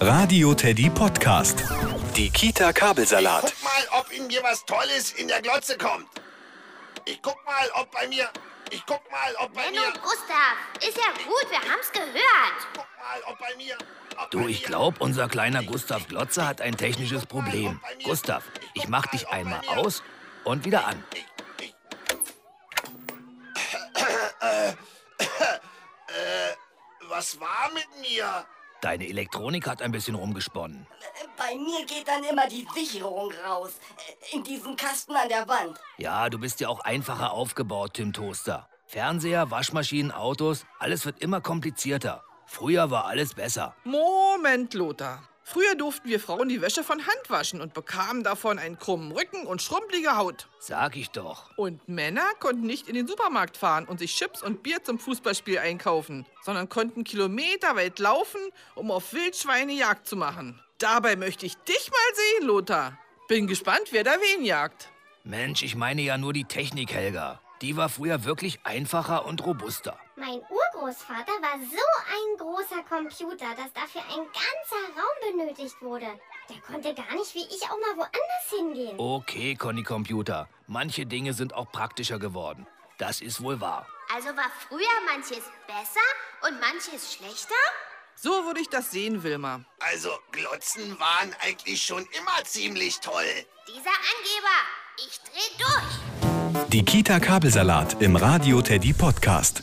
Radio Teddy Podcast. Die Kita Kabelsalat. Guck mal, ob ihm hier was Tolles in der Glotze kommt. Ich guck mal, ob bei mir. Ich guck mal, ob bei Benno mir. Gustav, ist ja gut, wir haben's gehört. Guck mal, ob bei mir. Ob Du, bei ich mir- glaub, unser kleiner Gustav Glotzer hat ein technisches Problem. Gustav, ich mach dich einmal aus und wieder an. Äh, Was war mit mir? Deine Elektronik hat ein bisschen rumgesponnen. Bei mir geht dann immer die Sicherung raus. Äh, In diesen Kasten an der Wand. Ja, du bist ja auch einfacher aufgebaut, Tim Toaster. Fernseher, Waschmaschinen, Autos, alles wird immer komplizierter. Früher war alles besser. Moment, Lothar. Früher durften wir Frauen die Wäsche von Hand waschen und bekamen davon einen krummen Rücken und schrumpelige Haut. Sag ich doch. Und Männer konnten nicht in den Supermarkt fahren und sich Chips und Bier zum Fußballspiel einkaufen, sondern konnten kilometerweit laufen, um auf Wildschweine Jagd zu machen. Dabei möchte ich dich mal sehen, Lothar. Bin gespannt, wer da wen jagt. Mensch, ich meine ja nur die Technik, Helga. Die war früher wirklich einfacher und robuster. Mein Urgroßvater war so ein großer Computer, dass dafür ein ganzer Raum benötigt wurde. Der konnte gar nicht wie ich auch mal woanders hingehen. Okay, Conny Computer. Manche Dinge sind auch praktischer geworden. Das ist wohl wahr. Also war früher manches besser und manches schlechter? So würde ich das sehen, Wilma. Also, Glotzen waren eigentlich schon immer ziemlich toll. Dieser Angeber, ich dreh durch. Die Kita Kabelsalat im Radio Teddy Podcast.